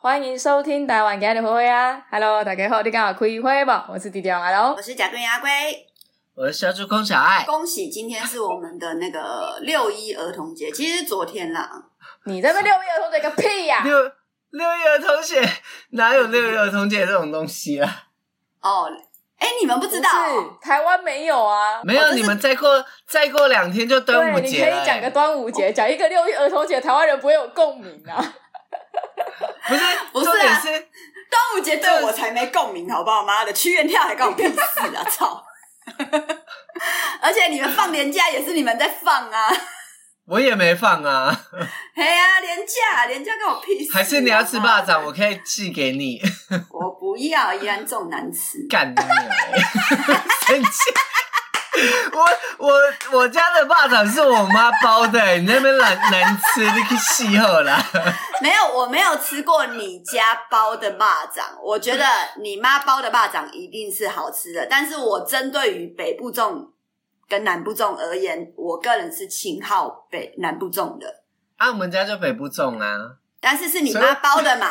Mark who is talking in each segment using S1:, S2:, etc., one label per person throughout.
S1: 欢迎收听台湾今日回会啊！Hello，大家好，你刚好开会不？我是弟弟阿龙
S2: 我。是甲盾牙龟，
S3: 我是小猪空小爱，
S2: 恭喜今天是我们的那个六一儿童节，其实是昨天啦，
S1: 你这边六一儿童节个屁呀、
S3: 六六一儿童节哪有六一儿童节这种东西啊？
S2: 哦，哎，你们不
S1: 不
S2: 知道哦，
S1: 是台湾没有啊？
S3: 没有，
S2: 这是
S3: 你们再过再过两天就端午
S1: 对，你
S3: 节
S1: 可
S3: 了、
S1: 以讲个
S3: 欸。
S1: 端午节，讲一个六一儿童节，台湾人不会有共鸣 啊。
S3: 不是，
S2: 不是啊
S3: 重点是
S2: 端午节对我才没共鸣，好不好？妈的，屈原跳海关我屁事 啊！操！ 而且你们放年假也是你们在放啊，
S3: 我也没放 啊，
S2: 嘿呀、啊，年假年假跟我屁事、啊。
S3: 还是你要吃霸掌，我可以寄给你。
S2: 我不要，依然重难吃。
S3: 干你娘欸！ 生气。我我我家的霸掌是我妈包的、欸，你那边难难吃，你去气候啦。
S2: 没有，我没有吃过你家包的蚂蚱。我觉得你妈包的蚂蚱一定是好吃的，但是我针对于北部粽跟南部粽而言，我个人是亲好北南部粽的。
S3: 啊，我们家就北部种啊，
S2: 但是是你妈包的 嘛？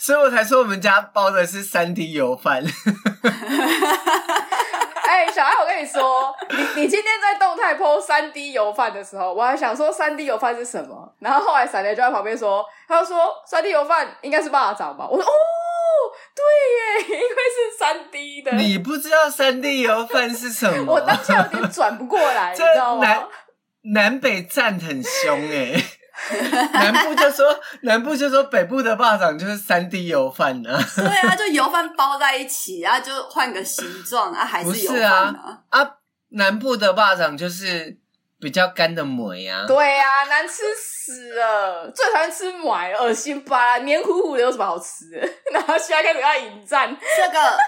S3: 所以我才说我们家包的是三滴油饭。
S1: 哎、小爱，我跟你说，你你今天在动态 PO 三 D 油饭的时候，我还想说三 D 油饭是什么，然后后来闪雷就在旁边说，他就说三 D 油饭应该是蚂蚱吧？我说哦，对耶，因为是三 D 的，
S3: 你不知道三 D 油饭是什 么？
S1: 我当下有点转不过来，你
S3: 这
S1: 知道吗
S3: 南？南北战很凶哎、 南部就说南部就说北部的霸掌就是三 D 油饭啊，
S2: 对啊，就油饭包在一起，然后就换个形状啊，还
S3: 不
S2: 是油
S3: 是
S2: 饭
S3: 啊啊，南部的霸掌就是比较干的馍呀、啊。
S1: 对呀、难吃死了，最讨厌吃买了，恶心吧，黏糊糊的有什么好吃的？ 然后现在开始要引战，
S2: 这 个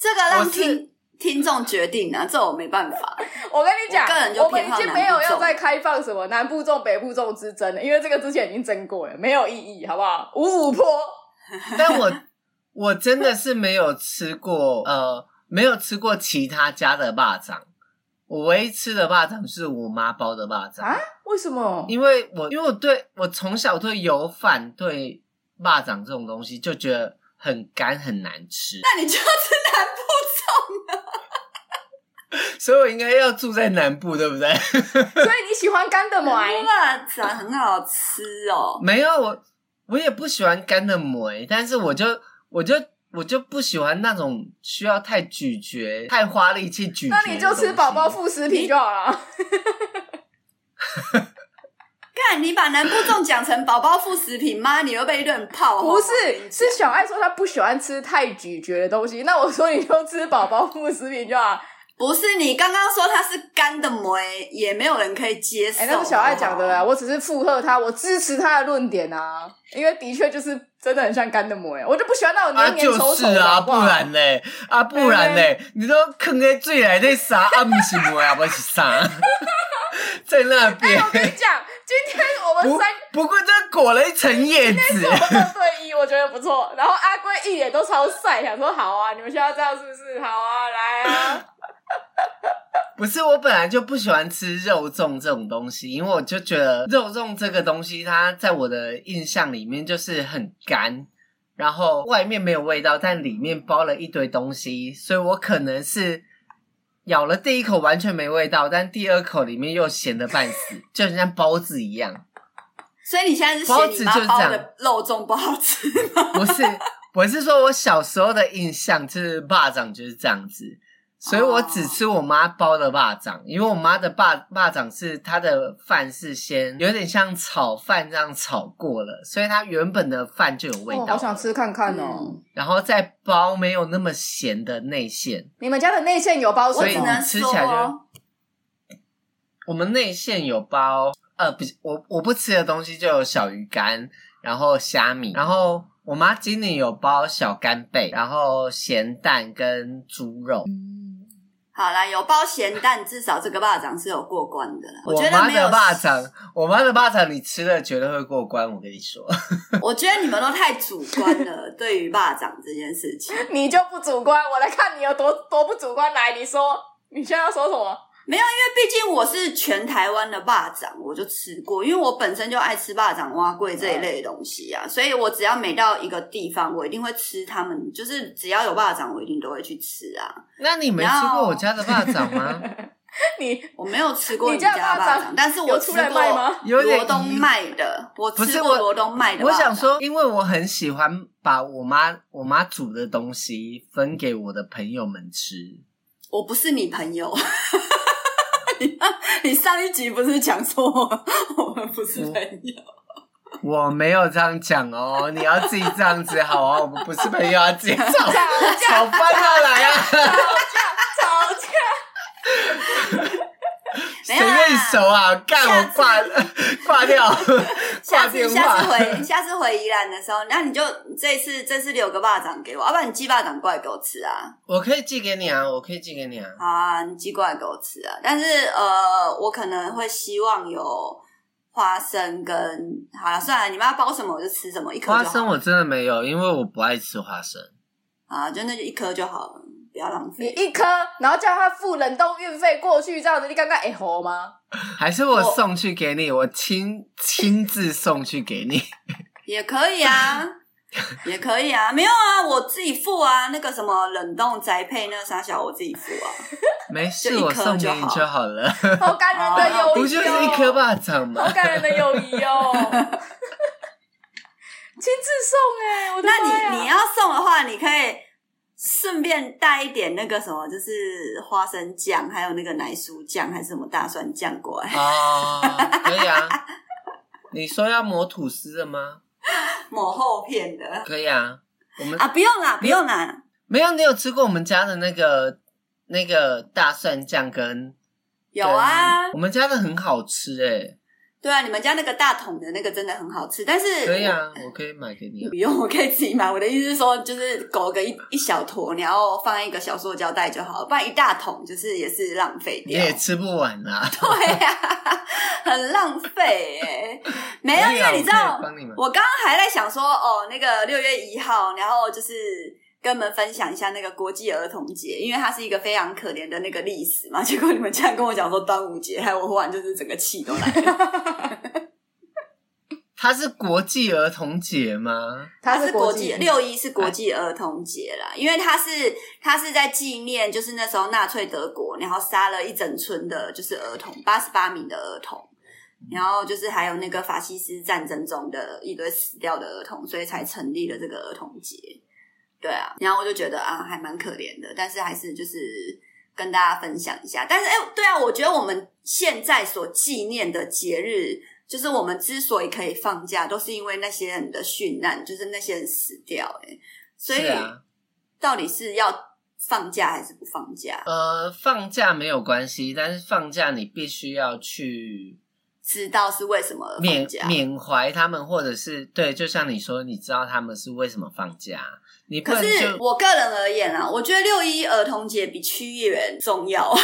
S2: 这个
S3: 我
S2: 让
S3: 是
S2: 听听众决定啊，这我没办法。
S1: 我跟你讲，
S2: 我个人就
S1: 们已
S2: 偏好
S1: 经
S2: 南
S1: 没有
S2: 部
S1: 要
S2: 粽
S1: 再开放什么南部粽、北部粽之争了，因为这个之前已经争过了，没有意义，好不好？五五坡，
S3: 但我我真的是没有吃过呃，没有吃过其他家的霸掌，我唯一吃的霸掌是我妈包的霸掌
S1: 啊为什么？
S3: 因为我因为我对我从小对油饭对蚂蚱这种东西就觉得很干很难吃，
S2: 那你就要吃南部粽，
S3: 所以我应该要住在南部，对不 对？
S1: 所以你喜欢干的 吗？
S2: 蚂蚱很好吃哦。
S3: 没有我我也不喜欢干的馍，但是我就我就我就不喜欢那种需要太咀嚼、太花力气咀嚼。
S1: 那你就吃宝宝。副食品就好了。
S2: 看，你把南部粽讲成宝宝副食品吗？你又被一哦顿炮轰。
S1: 不是，是小爱说她不喜欢吃太咀嚼的东西，那我说你就吃宝宝副食品就好。
S2: 不是你刚刚说它是干的馍，也没有人可以接受。哦
S1: 哎、那是小爱讲的啦，
S3: 啊
S2: 好不好
S1: 我只是附和她，我支持她的论点啊，因为的确就是真的很像干的馍，哎我就不喜欢那种
S3: 啊，
S1: 黏黏
S3: 就
S1: 稠
S3: 是
S1: 稠的，
S3: 啊，
S1: 好哎
S3: 不
S1: 好
S3: 然嘞，啊，不然嘞，你都坑在最来那啥，啊，不是馍啊，不是啥， 在那边。
S1: 哎我跟你讲，今天我们
S3: 不
S1: 三
S3: 不过这裹了一层叶子，
S1: 我们二对一，我觉得不错。然后阿龟一脸都超晒，想说好啊，你们现在这样是不是？好啊，来啊！
S3: 不是我本来就不喜欢吃肉粽这种东西，因为我就觉得肉粽这个东西，它在我的印象里面就是很干，然后外面没有味道，但里面包了一堆东西，所以我可能是咬了第一口完全没味道，但第二口里面又咸的半死，就很像包子一样。
S2: 所以你现在是
S3: 包
S2: 嫌
S3: 子
S2: 你妈
S3: 就是这
S2: 包
S3: 样
S2: 的肉粽不好吃，
S3: 不是，我是说我小时候的印象就是霸掌就是这样子，所以我只吃我妈包的霸掌，因为我妈的霸霸掌是她的饭是先有点像炒饭这样炒过了，所以它原本的饭就有味
S1: 哦
S3: 道，
S1: 吃看看哦
S2: 嗯
S3: 然后再包没有那么咸的内馅。
S1: 你们家的内馅有包什
S2: 我
S3: 所以
S2: 只
S1: 么？
S2: 能
S3: 吃
S2: 说
S3: 起来就我们内馅有包，呃，不是，我我不吃的东西就有小鱼干，然后虾米，然后我妈今年有包小干贝，然后咸蛋跟猪肉。
S1: 嗯
S2: 好啦，有包咸蛋，至少这个霸掌是有过关的啦。
S3: 我
S2: 觉得
S3: 妈
S2: 没有
S3: 的霸掌，我妈的霸掌，你吃了绝对会过关，我跟你说。
S2: 我觉得你们都太主观了，对于霸掌这件事情。
S1: 你就不主观，我来看你有多多不主观。来，你说，你现在要说什么？
S2: 没有，因为毕竟我是全台湾的霸掌，我就吃过，因为我本身就爱吃霸掌、蛙桂这一类的东西
S1: 嗯
S2: 啊，所以我只要每到一个地方，我一定会吃他们，就是只要有霸掌，我一定都会去吃啊。
S3: 那你没吃过我家的蚂蚱吗？
S1: 你
S2: 我没有吃过
S1: 你
S2: 你
S1: 家
S2: 家
S1: 的
S2: 的
S1: 霸
S2: 霸
S1: 掌
S2: 掌，但是我
S1: 有
S2: 吃
S1: 出来卖
S2: 过
S1: 吗？
S3: 有点疑
S2: 罗东卖的，我
S3: 不是
S2: 吃过
S3: 我
S2: 罗东卖的。
S3: 我想，说，因为我很喜欢把我妈我妈煮的东西分给我的朋友们吃。
S2: 我不是你朋友。 你你上一集不是讲说我我们不是朋友？
S3: 我没有这样讲 哦，你要自己这样子好啊，我们不是朋友啊，自己吵 吵翻了来 啊，
S1: 吵架，
S2: 没
S3: 谁
S2: 有啦
S3: 跟你熟啊？干
S2: 下
S3: 我
S2: 次
S3: 挂 挂掉，挂
S2: 下次
S3: 电
S2: 下次
S3: 话。
S2: 回 下次回宜兰的时候，那你就这次这次留个霸掌给我，啊要不然你寄霸掌过来给我吃啊！
S3: 我可以寄给你啊，我可以寄给你啊。
S2: 好啊，你寄过来给我吃啊！但是呃，我可能会希望有花生跟好了，算了，你们要包什么我就吃什么，一颗
S3: 花
S2: 就好。
S3: 生我真的没有，因为我不爱吃花生。
S2: 啊，就那就一颗就好了，不要浪
S1: 你
S2: 费。
S1: 一颗，然后叫他付冷冻运费过去，这样子你刚刚哎吼 吗？
S3: 还是我
S2: 我
S3: 送去给你，我亲亲自送去给 你。
S2: 也可以啊， 也可以啊，没有啊，我自己付啊，那个什么冷冻宅配那个啥小我自己付啊。
S3: 没事，
S2: 就一颗
S3: 我送给你就好了。
S1: 好感人的友谊、哦，
S3: 不就是一颗？巴掌 吗
S1: 好？感人的友谊 哦，亲自送哎、我的妈呀
S2: 那你你要送的话，你可以顺便带一点那个什么，就是花生酱，还有那个奶酥酱，还是什么大蒜酱过来
S3: 哦，可以啊。你说要抹吐司的吗？
S2: 抹厚片的
S3: 可以啊。我们、
S2: 啊，不用啦，不用啦，
S3: 没有，你有吃过我们家的那个那个大蒜酱跟？
S2: 有啊
S3: 跟，我们家的很好吃哎、
S2: 对啊，你们家那个大桶的那个真的很好吃，但是
S3: 可以啊，我可以买给你啊
S2: 不。用，我可以自己买。我的意思是说，就是搞个一一小坨，然后放在一个小塑胶袋就好，不然一大桶就是也是浪费
S3: 你
S2: 掉。
S3: 也吃不完啊 啦。
S2: 对呀、很浪费哎、没有，
S3: 可以
S2: 因
S3: 啊
S2: 为你知道
S3: 我可以，帮你们
S2: 我刚刚还在想说，哦，那个六月一号，然后就是跟你们分享一下那个国际儿童节，因为它是一个非常可怜的那个历史嘛。 结果你们这样跟我讲说端午节，害我忽然就是整个气都来了。
S3: 它是国际儿童节吗？
S1: 他
S2: 它是国际
S1: 六
S2: 六一是国际儿童节啦，因为它是它是在纪念，就是那时候纳粹德国，然后杀了一整村的，就是儿童八十八名的儿童，然后就是还有那个法西斯战争中的一堆死掉的儿童，所以才成立了这个儿童节。对啊，然后我就觉得啊，还蛮可怜的，但是还是就是跟大家分享一下。但是哎、对啊，我觉得我们现在所纪念的节日，就是我们之所以可以放假，都是因为那些人的殉难，就是那些人死掉、哎，所以
S3: 是啊。
S2: 到底是要放假还是不放假？
S3: 呃，放假没有关系，但是放假你必须要去
S2: 知道是为什么而
S3: 缅
S2: 呃放假？
S3: 缅怀他们，或者是对，就像你说，你知道他们是为什么放假，你不
S2: 可
S3: 能
S2: 是
S3: 就
S2: 我个人而言啊，我觉得六一儿童节比区议员重要，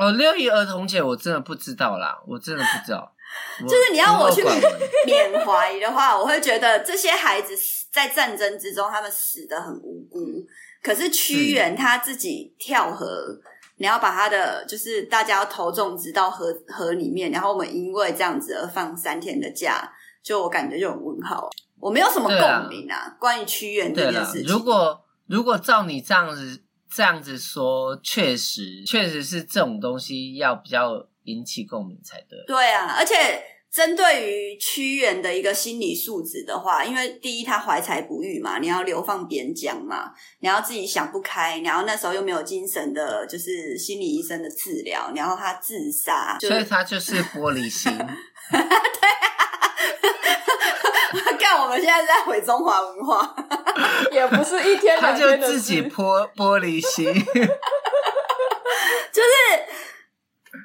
S3: 哦，六一儿童节我真的不知道啦，我真的不 知道，就
S2: 就是你要我去
S3: 管我
S2: 缅怀的话，我会觉得这些孩子死在战争之中，他们死的很无
S3: 嗯
S2: 辜。可是屈原他自己跳河，你要把他的就是大家要投种植到河河里面，然后我们因为这样子而放三天的假，就我感觉就很问号，我没有什么
S3: 对啊
S2: 共鸣啊，关于屈原这
S3: 对
S2: 件
S3: 啦
S2: 事，情。
S3: 如果如果照你这样子这样子说，确实确实是这种东西要比较引起共鸣才对。
S2: 对啊，而且针对于屈原的一个心理素质的话，因为第一他怀才不遇嘛，你要流放边疆嘛，你要自己想不开，然后那时候又没有精神的，就是心理医生的治疗，然后他自杀，就
S3: 所以
S2: 是
S3: 他就是玻 璃心，
S2: 看我们现在是在毁中华文化，
S1: 也不是一
S2: 啊
S1: 天
S3: 他
S1: 两
S3: 就
S1: 天的
S3: 自
S1: 事
S3: 己泼玻璃心。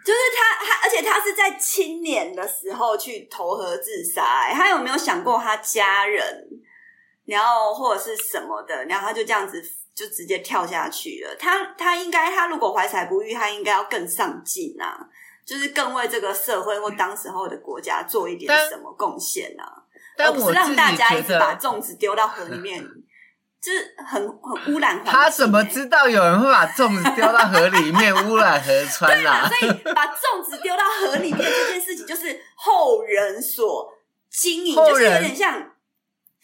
S2: 就是他他，而且他是在青年的时候去投河自杀、欸他有没有想过他家人，然后或者是什么的，然后他就这样子就直接跳下去了。他他应该他如果怀才不遇，他应该要更上进啊，就是更为这个社会或当时候的国家做一点
S3: 但
S2: 什么贡献啊，
S3: 但
S2: 而不
S3: 我
S2: 是
S3: 自
S2: 让
S3: 己
S2: 大家一
S3: 觉
S2: 直把
S3: 得，
S2: 粽子丢到河里面。就是很很污染环境。欸
S3: 他怎么知道有人会把粽子丢到河里面 污染河川啊
S2: 对嘛？
S3: 啦、
S2: 所以把粽子丢到河里面这件事情，就是后人所经营，
S3: 后
S2: 就是有
S3: 人
S2: 点像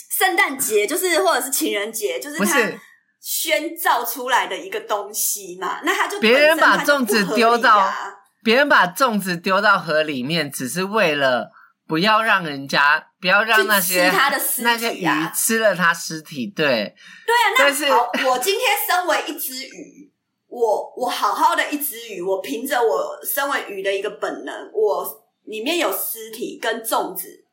S2: 圣诞节，就是或者是情人节，就是
S3: 不
S2: 他
S3: 是，
S2: 宣造出来的一个东西嘛。那他就
S3: 别人把粽子丢到
S2: 本身它就不合理啊
S3: 别人把粽子丢到河里面，只是为了不要让人家不要让那些
S2: 去吃它的尸体啊
S3: 那些鱼吃了它尸体。对，
S2: 对啊，
S3: 但
S2: 那
S3: 是
S2: 好，我今天身为一只鱼， 我我好好的一只鱼，我凭着我身为鱼的一个本能，我里面有尸体跟粽子，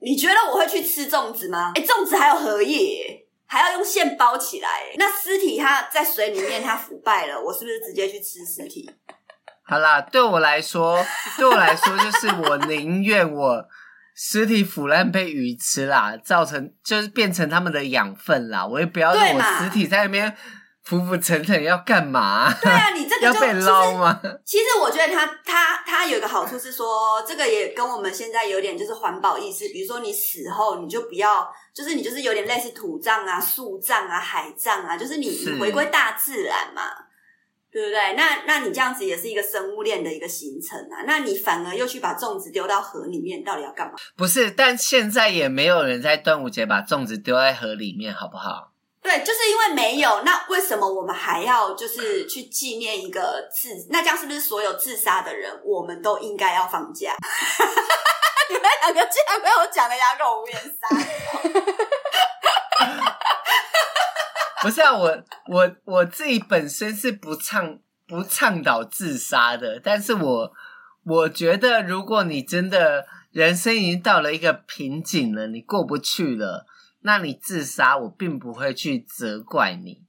S2: 你觉得我会去吃粽子吗？哎、粽子还有荷叶耶，还要用线包起来耶。那尸体它在水里面，它腐败了，我是不是直接去吃尸体？
S3: 好啦，对我来说，对我来说就是我宁愿我尸体腐烂被鱼吃啦，造成就是变成他们的养分啦，我也不要
S2: 对
S3: 让我
S2: 嘛
S3: 尸体在那边浮浮沉沉，要干嘛、
S2: 对啊，你这个
S3: 要
S2: 就
S3: 被
S2: 就是
S3: 捞吗？
S2: 其实我觉得它它它有一个好处是说，这个也跟我们现在有点就是环保意识，比如说你死后你就不要，就是你就是有点类似土葬啊、树葬啊、海葬啊，就是你
S3: 是
S2: 你回归大自然嘛，对不对？那那你这样子也是一个生物链的一个形成啊，那你反而又去把粽子丢到河里面，到底要干嘛？
S3: 不是，但现在也没有人在端午节把粽子丢在河里面，好不好？
S2: 对，就是因为没有，那为什么我们还要就是去纪念一个自？那这样是不是所有自杀的人，我们都应该要放假？你们两个竟然被我讲的哑口无言撒，
S3: 不是啊，我我我自己本身是不倡不倡导自杀的，但是我我觉得，如果你真的人生已经到了一个瓶颈了，你过不去了，那你自杀，我并不会去责怪你。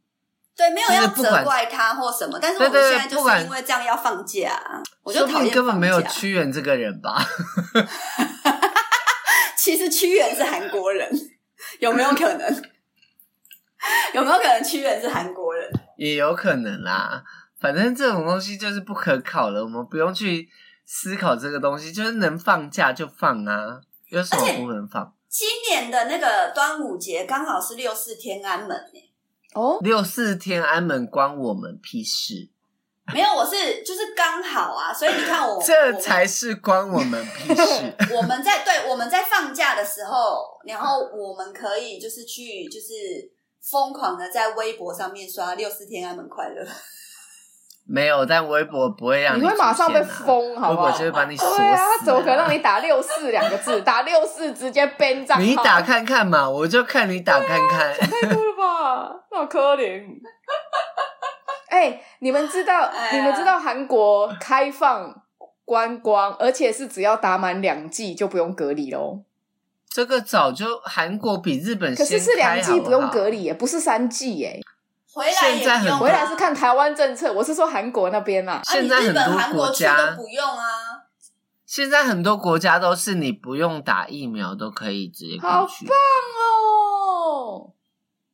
S2: 对，没有
S3: 就是
S2: 要
S3: 不
S2: 责
S3: 管
S2: 怪他或什么，但是我
S3: 对
S2: 们
S3: 对对
S2: 现在就
S3: 不
S2: 是
S3: 管
S2: 因为这样要放假，啊我就
S3: 说不
S2: 讨
S3: 定
S2: 厌
S3: 根本
S2: 放
S3: 没有
S2: 假
S3: 屈原这个人吧？
S2: 其实屈原是韩国人，有没有可能？ 有没有可能屈原是韩国人？
S3: 也有可能啦。反正这种东西就是不可考了，我们不用去思考这个东西，就是能放假就放啊，有什
S2: 而且
S3: 么不能放？
S2: 今年的那个端午节刚好是六四天安门欸耶
S1: 哦，
S3: 六四天安门关我们屁事，
S2: 没有，我是就是刚好啊，所以你看我，
S3: 这才是关我们屁事。
S2: 我们我们在对我们在放假的时候，然后我们可以就是去就是疯狂的在微博上面刷六四天安门快乐，
S3: 没有，但微博不会让
S1: 你会
S3: 出
S1: 马上被
S3: 现啊
S1: 封，好
S3: 微
S1: 不好
S3: 博就？会把你锁死、
S1: 对啊，他怎么可能让你打六四两个字？打六四直接 ban 账号，
S3: 你打看看嘛，我就看你打看看。
S1: 太多了吧？那可怜。 哎、你们知道，
S2: 哎呀
S1: 你们知道韩国开放观光，而且是只要打满两剂就不用隔离喽。
S3: 这个早就韩国比日本
S1: 可
S3: 先
S1: 是是两
S3: 开好
S1: 剂
S3: 不
S1: 不用
S3: 好
S1: 隔离耶，不是三剂耶。
S2: 回来也
S3: 现在
S2: 不
S3: 很
S2: 用啊，
S1: 回来是看台湾政策，
S3: 哦
S1: 我是说韩国那边啦。
S2: 啊，你
S3: 现在
S2: 日
S3: 很
S2: 本、
S3: 多
S2: 韩国
S3: 国
S2: 去
S3: 家
S2: 都不用啊，
S3: 现在很多国家都是你不用打疫苗都可以直接
S1: 好
S3: 过去，
S1: 哦，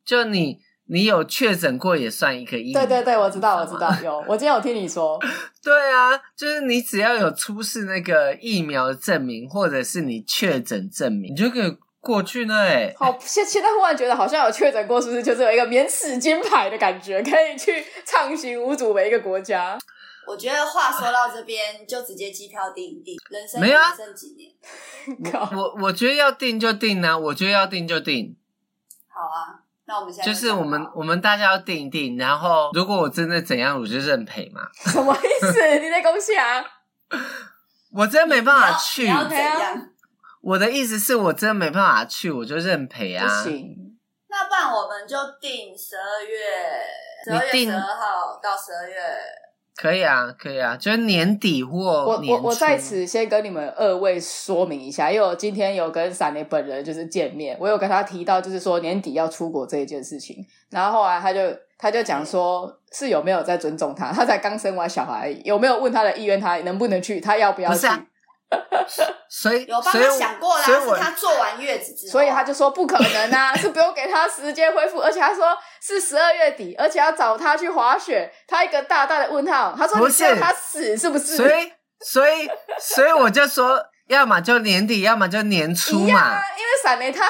S3: 就你你有确诊过也算一个疫苗。
S1: 对对对，我知道，我
S3: 你
S1: 知
S3: 吗
S1: 道，。有，我今天有听你说，
S3: 对啊，就是你只要有出示那个疫苗证明，或者是你确诊证明，你就可以过去那哎、
S1: 好，现现在忽然觉得好像有确诊过，是不是就是有一个免死金牌的感觉，可以去畅行无阻每一个国家？
S2: 我觉得话说到这边，就直接机票订一订，人生
S3: 没有啊
S2: 只剩几年，
S1: 靠，
S3: 我我觉得要定就定啊，我觉得要定就定，
S2: 好啊，那我们现在
S3: 就是我们
S2: 讲好
S3: 我们大家要定一定，然后如果我真的怎样，我就认赔嘛，
S1: 什么意思？ 你在恭喜啊？
S3: 我真没办
S2: 你
S3: 法
S2: 要
S3: 去
S2: 你。要怎
S1: 对
S2: 样
S1: 啊？
S3: 我的意思是我真的没办法去，我就认赔啊。
S1: 不行，
S2: 那不然我们就定十二月十二
S3: 你
S2: 月
S3: 定
S2: 十二号到十二月，
S3: 可以啊，可以啊，就是年底
S1: 我
S3: 或年
S1: 我
S3: 初
S1: 我在此先跟你们二位说明一下，因为我今天有跟闪雷本人就是见面，我有跟他提到就是说年底要出国这一件事情，然后后来他就他就讲说是有没有在尊重他，他才刚生完小孩，有没有问他的意愿，他能不能去，他要不要
S3: 不
S1: 去
S3: 是？啊所以
S2: 有帮
S3: 所以
S2: 他
S3: 我
S2: 想过啦，
S3: 所以我
S2: 是他做完月子之后，
S1: 所以他就说不可能 啊，是不用给他时间恢复，而且他说是十二月底，而且要找他去滑雪，他一个大大的问号。他说
S3: 不
S1: 你是要
S3: 是
S1: 他死是不是？
S3: 所以所以所以我就说，要么就年底，要么就年初
S1: 一样啊
S3: 嘛。，
S1: 因为闪雷他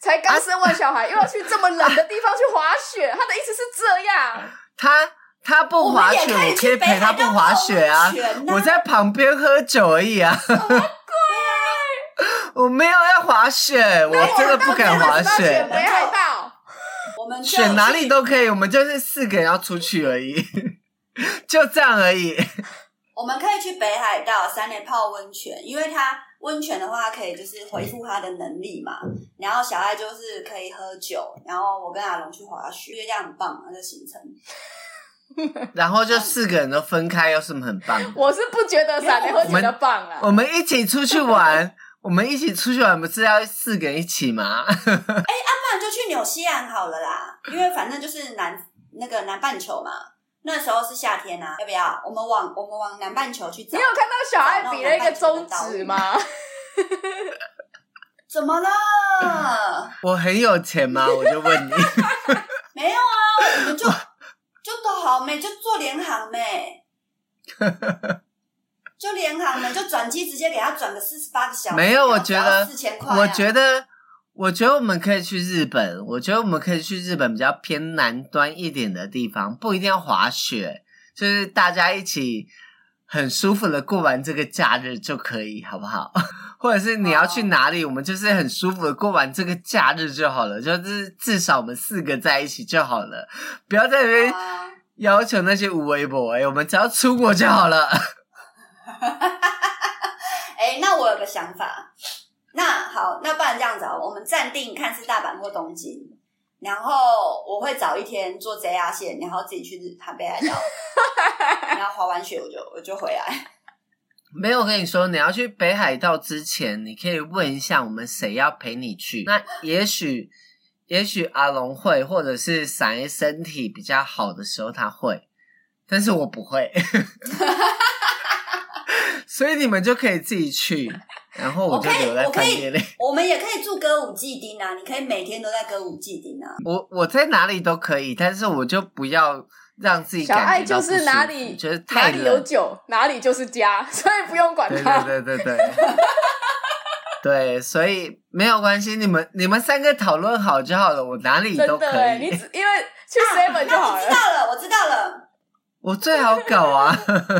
S1: 才刚生完小孩，又要去这么冷的地方去滑雪，他的意思是这样。
S3: 他他不
S2: 我们
S3: 滑
S2: 也可
S3: 雪，
S2: 以
S3: 我可
S2: 去
S3: 以
S2: 北
S3: 陪
S2: 海
S3: 他
S2: 道
S3: 不滑雪啊
S2: 泡温泉！呐
S3: 我在旁边喝酒而已啊！ 我没有要滑雪，我真的 不敢滑
S1: 那
S3: 雪
S1: 选。北海道，
S2: 我们就
S3: 选哪里都可以，我们就是四个人要出去而已， 就这样而已。
S2: 我们可以去北海道三连泡温泉，因为它温泉的话，它可以就是恢复它的能力嘛。然后小爱就是可以喝酒，然后我跟阿龙去滑雪，因为这样很棒，那个行程。
S3: 然后就四个人都分开，有什么很棒的？
S1: 我是不觉得闪电会觉得棒啊 啦。
S3: 我们一起出去玩，我们一起出去玩不是要四个人一起吗？
S2: 不然就去纽西兰好了啦，因为反正就是南那个南半球嘛，那时候是夏天啊，要不要？我们往我们往南半球去找
S1: 你有。看到小爱比了一个中指 吗？
S2: 怎么了？
S3: 我很有钱吗？我就问你。
S2: 没有啊，我们就 就都好没，就做联航 没，就联航没，就转机直接给他转个四十八个小时。
S3: 没有我觉得
S2: 四千块、啊，
S3: 我觉得，我觉得我们可以去日本。我觉得我们可以去日本比较偏南端一点的地方，不一定要滑雪，就是大家一起很舒服的过完这个假日就可以，好不好？ 或者是你要去哪里，我们就是很舒服的过完这个假日就好了，就是至少我们四个在一起就好了，不要在那边
S2: 啊
S3: 要求那些无微博哎，我们只要出国就好了。
S2: 哎、那我有个想法，那好，那不然这样子啊，我们暂定看是大阪或东京，然后我会找一天坐 JR 线，然后自己去日台北海 道，然后滑完雪我就我就回来。
S3: 没有，我跟你说，你要去北海道之前，你可以问一下我们谁要陪你去。那也许，也许阿龙会，或者是闪爷身体比较好的时候他会，但是我不会， 所以你们就可以自己去，然后我就
S2: 我可以
S3: 留在
S2: 我可
S3: 饭
S2: 以
S3: 店里。
S2: 我们也可以住歌舞伎町啊，你可以每天都在歌舞伎町啊。
S3: 我我在哪里都可以，但是我就不要让自己
S1: 小
S3: 感
S1: 爱
S3: 觉到
S1: 就
S3: 不舒
S1: 是
S3: 服
S1: 哪里
S3: 就是
S1: 哪
S3: 太
S1: 里有
S3: 冷，
S1: 酒，哪里就是家， 所以不 用管
S3: 对
S1: 他。
S3: 对对对对。对，所以没有关系，你们你们三个讨论好就好了，我哪里
S1: 真
S3: 都可
S1: 的哎，你
S3: 以，
S1: 只因为去 seven 就好
S2: 啊那我知
S1: 了。
S2: 道了，我知道了，
S3: 我最好搞 啊！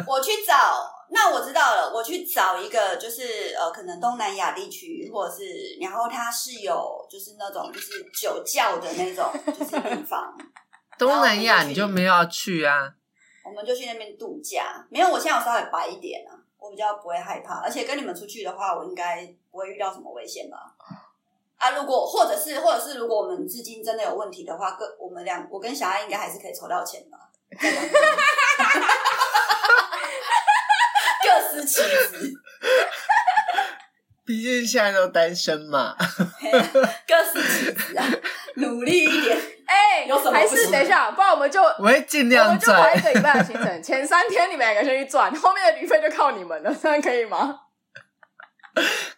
S2: 我去找。那我知道了，我去找一个就是呃，可能东南亚地区，或者是然后它是有就是那种就是酒窖的那种就是地方，
S3: 东南亚你就没有要去啊？
S2: 我们就去那边度假。没有，我现在有稍微白一点啊，我比较不会害怕，而且跟你们出去的话，我应该不会遇到什么危险吧？啊，如果或者是或者是如果我们资金真的有问题的话，各我们俩我跟小爱应该还是可以筹到钱吧？ 各司其职，
S3: 毕竟现在都单身嘛。
S2: 各司其职啊，努力一点。
S1: 哎
S2: 有什么，不
S1: 还
S2: 行
S1: 是等一下，不然我们就
S3: 我会尽
S1: 我
S3: 量
S1: 们就排一个
S3: 赚。
S1: 礼拜的行程，前三天你们两个先去赚，后面的旅费就靠你们了，这样可以吗？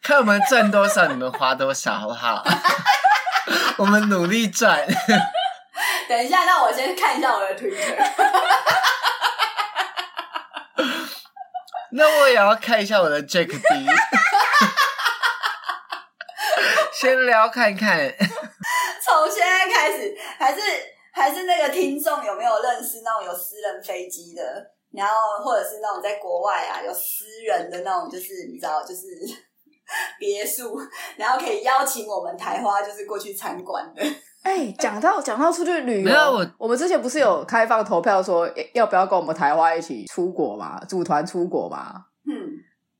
S3: 看我们赚多少，你们花多少，好不好？ 我们努力 赚。
S2: 等一下，那我先看一下我的 Twitter。
S3: 那我也要看一下我的 Jack D，先聊看看。
S2: 从现在开始，还是还是那个听众有没有认识那种有私人飞机的，然后或者是那种在国外啊有私人的那种，就是你知道，就是 别墅，然后可以邀请我们台花就是过去参观的。
S1: 哎，讲到讲到出去旅
S3: 没
S1: 游，
S3: 有我
S1: 们之前不是有开放投票说要要不要跟我们台花一起出国嘛，组团出国嘛？
S2: 嗯，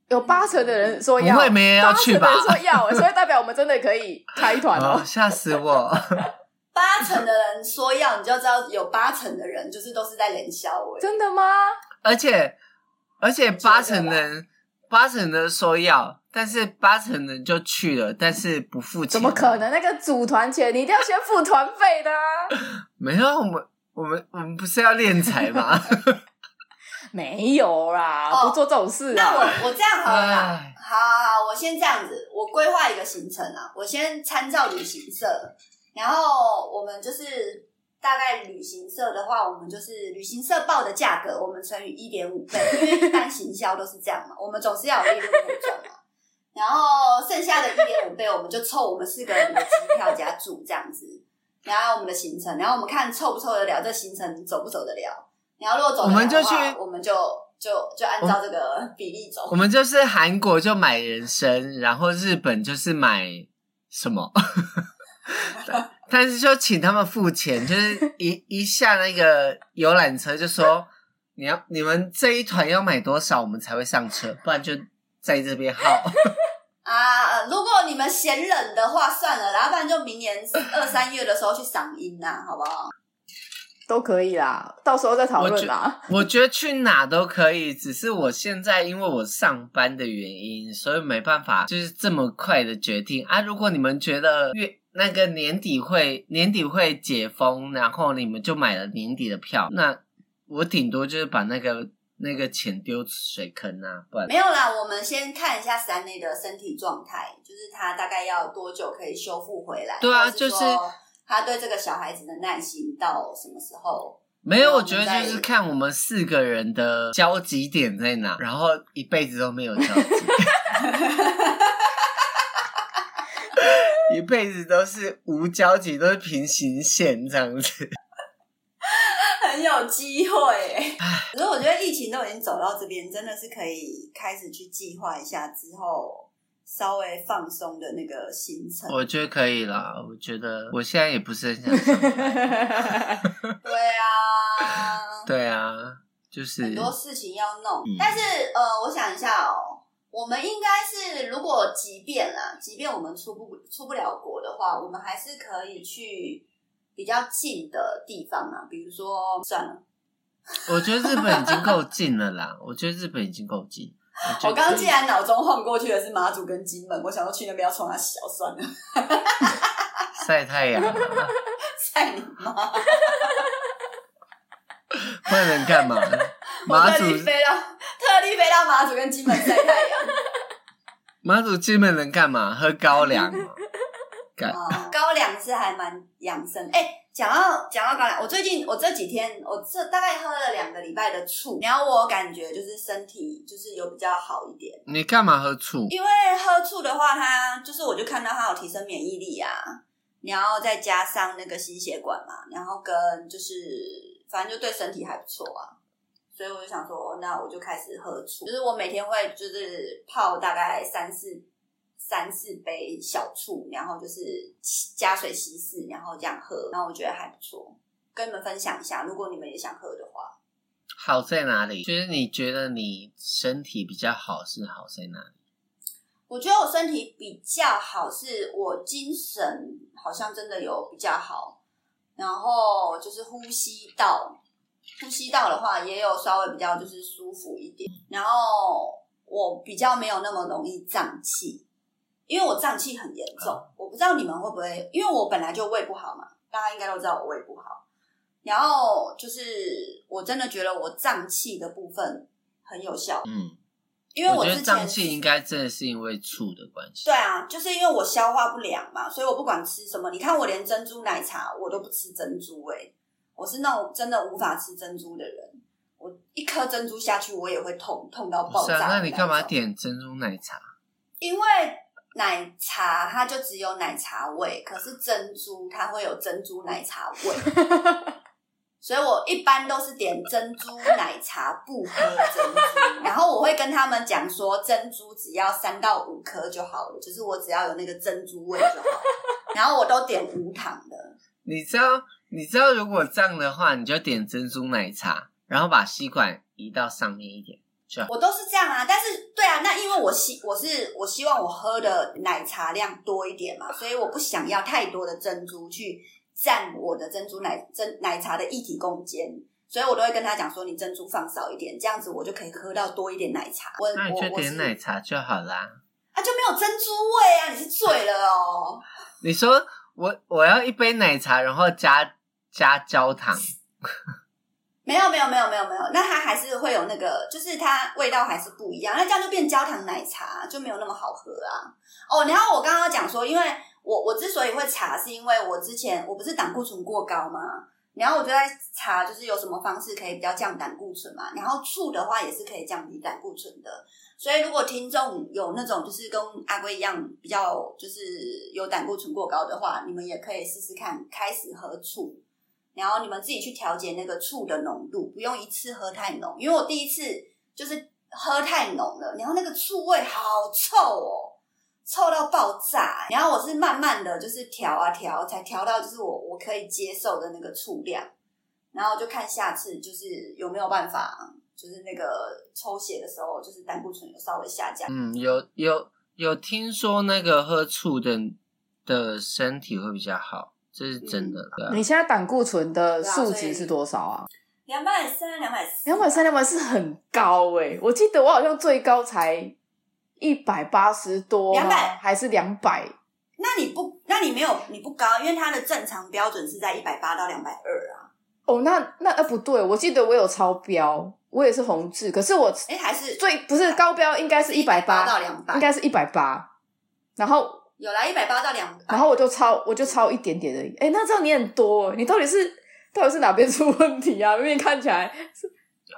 S1: 有八成的人说要，
S3: 不会没人要去吧
S1: 八成的人说要，哎所以代表我们真的可以开团哦
S3: 哦，。吓死我！
S2: 八成的人说要，你就知道有八成的人就是都是在冷笑我。
S1: 真的吗？
S3: 而且而
S2: 觉
S3: 且
S2: 得
S3: 八成人八成人说要，但是八成人就去了，但是不付钱。
S1: 怎么可？能？那个组团钱你一定要先付团费的啊！
S3: 没有，我们我们我们不是要练 财吗？
S1: 没有啦，
S2: 哦
S1: 不做这种事
S2: 那
S1: 啊！
S2: 我我这样好了啦
S3: 哎，
S2: 好好好，我先这样子，我规划一个行程啊，我先参照旅行社，然后我们就是大概旅行社的话，我们就是旅行社报的价格， 我们乘以一点五倍，因为一般行销都是这样嘛，我们总是要有利润可以赚嘛。然后剩下的一点五倍，我们就凑我们四个人的机票加住这样子，然后我们的行程，然后我们看凑不凑得了这行程，走不走得了。然后如果走得了的
S3: 我们就
S2: 话
S3: 去
S2: 我们就就就按
S3: 哦
S2: 照这个比例走
S3: 我。们就是韩国就买人参，然后日本就是买什么， 但是就请他们付钱，就是一一下那个游览车就说你要你们这一团要买多少，我们才会上车，不然就在这边耗。
S2: 啊、呃如果你们嫌冷的话，算了啦，然后不然就明年二三月的时候去赏樱啦，好不好？
S1: 都可以啦，到时候再讨
S3: 我
S1: 论
S3: 觉
S1: 啦。
S3: 我觉得去哪都可以，只是我现在因为我上班的原因，所以没办法就是这么快的决定啊。如果你们觉得月那个年底会年底会解封，然后你们就买了年底的票，那我顶多就是把那个那个钱丢水坑啊，不然
S2: 没有啦，我们先看一下三内的身体状态，就是他大概要多久可以修复回来？
S3: 对啊
S2: 或是说
S3: 就是
S2: 他对这个小孩子的耐心到什么时候？
S3: 没有。
S2: 我
S3: 我
S2: 们
S3: 觉得
S2: 再
S3: 就是看我们四个人的交集点在哪，然后一辈子都没有交 集。一辈子都是无交集，都是平行线这样子。
S2: 很有机会、欸。可是我觉得疫情都已经走到这边，真的是可以开始去计划一下之后稍微放松的那个行程。
S3: 我觉得可以啦，我觉得我现在也不是很想上班。
S2: 对啊，
S3: 对啊，就是嗯
S2: 很多事情要弄。但是呃，我想一下哦，我们应该是如果即便啦，即便我们出不出不了国的话，我们还是可以去比较近的地方啊，比如说算了，
S3: 我觉得日本已经够近了啦， 我觉得日本已经够近。觉得
S2: 我刚刚
S3: 可以
S2: 竟然脑中晃过去的是马祖跟金门，我想要去那边要冲他小算了，
S3: 晒太阳、啊，
S2: 在你妈！
S3: 不然能 干嘛？
S2: 我
S3: 马
S2: 特
S3: 祖
S2: 地飞到特地飞到马祖跟金门晒太阳。
S3: 马祖金门能干嘛？喝高粱 哦、干
S2: 哦，高粱是还蛮养生。哎、讲到讲到高粱，我最近我这几天我这大概喝了两个礼拜的醋，然后我感觉就是身体就是有比较好一点，
S3: 你干嘛喝醋？
S2: 因为喝醋的话，它就是我就看到它有提升免疫力啊，然后再加上那个心血管嘛，然后跟就是反正就对身体还不错啊。所以我就想说，哦那我就开始喝醋，就是我每天会就是泡大概三四三四杯小醋，然后就是加水稀释，然后这样喝，然后我觉得还不错，跟你们分享一下，如果你们也想喝的话，
S3: 好在哪里？就是你觉得你身体比较好是好在哪里？
S2: 我觉得我身体比较好，是我精神好像真的有比较好，然后就是呼吸道，呼吸道的话也有稍微比较就是舒服一点，然后我比较没有那么容易胀气，因为我胀气很严重，
S3: 嗯
S2: 我不知道你们会不会，因为我本来就胃不好嘛，大家应该都知道我胃不好，然后就是我真的觉得我胀气的部分很有效，
S3: 嗯，
S2: 因为
S3: 我觉
S2: 之
S3: 得
S2: 前
S3: 胀气应该真的是因为醋的关系。
S2: 对啊，就是因为我消化不良嘛，所以我不管吃什么，你看我连珍珠奶茶我都不吃珍珠哎、我是那种真的无法吃珍珠的人，我一颗珍珠下去我也会痛，痛到
S3: 不
S2: 爆
S3: 是
S2: 炸。
S3: 啊，那你干嘛？点珍珠奶茶？
S2: 因为奶茶它就只有奶茶味，可是珍珠它会有珍珠奶茶味，所以我一般都是点珍珠奶茶，不喝珍珠。然后我会跟他们讲说，珍珠只要三到五颗就好了，就是我只要有那个珍珠味就好了。然后我都点无糖的，
S3: 你知道，你知道，如果这样的话，你就点珍珠奶茶，然后把吸管移到上面一点。
S2: 我都是这样啊，但是对啊，那因为我希我是我希望我喝的奶茶量多一点嘛，所以我不想要太多的珍珠去占我的珍珠奶珍奶茶的一体空间，所以我都会跟他讲说，你珍珠放少一点，这样子我就可以喝到多一点奶茶。我
S3: 那你
S2: 呃我
S3: 就
S2: 我是
S3: 点奶茶就好啦。
S2: 啊，就没有珍珠味啊，你是醉了哦。
S3: 你说我我要一杯奶茶，然后加加焦糖，
S2: 没有没有没有没有没有，那它还是会有那个，就是它味道还是不一样。那这样就变焦糖奶茶，就没有那么好喝啊。哦，然后我刚刚讲说，因为我我之所以会查，是因为我之前我不是胆固醇过高吗？然后我就在查，就是有什么方式可以比较降胆固醇嘛。然后醋的话也是可以降低胆固醇的，所以如果听众有那种就是跟阿龟一样比较就是有胆固醇过高的话，你们也可以试试看开始喝醋，然后你们自己去调节那个醋的浓度，不用一次喝太浓，因为我第一次就是喝太浓了，然后那个醋味好臭哦。臭到爆炸，然后我是慢慢的就是调啊调，才调到就是我我可以接受的那个醋量，然后就看下次就是有没有办法，就是那个抽血的时候，就是胆固醇有稍微下降。
S3: 嗯，有有有听说那个喝醋的的身体会比较好，这是真的啦。
S2: 嗯
S1: 你现在胆固醇的数值是多少啊？
S2: 两百三、两百四、
S1: 两百三、两百四很高哎、我记得我好像最高才一百八十多吗，
S2: 200
S1: 还是两百？
S2: 那你不，那你没有你不高，因为它的正常标准是在一百八到两百二啊。
S1: 哦，那那呃不对，我记得我有超标，我也是红字，可是我
S2: 哎，还是
S1: 最不是高标应该是一百
S2: 180
S1: 八
S2: 到两
S1: 应
S2: 百，
S1: 该是一百八，然后
S2: 有啦，一百八到两百。
S1: 然后我就超，我就超一点点而已。哎、那这样你很多、你到底是到底是哪边出问题啊？明明看起来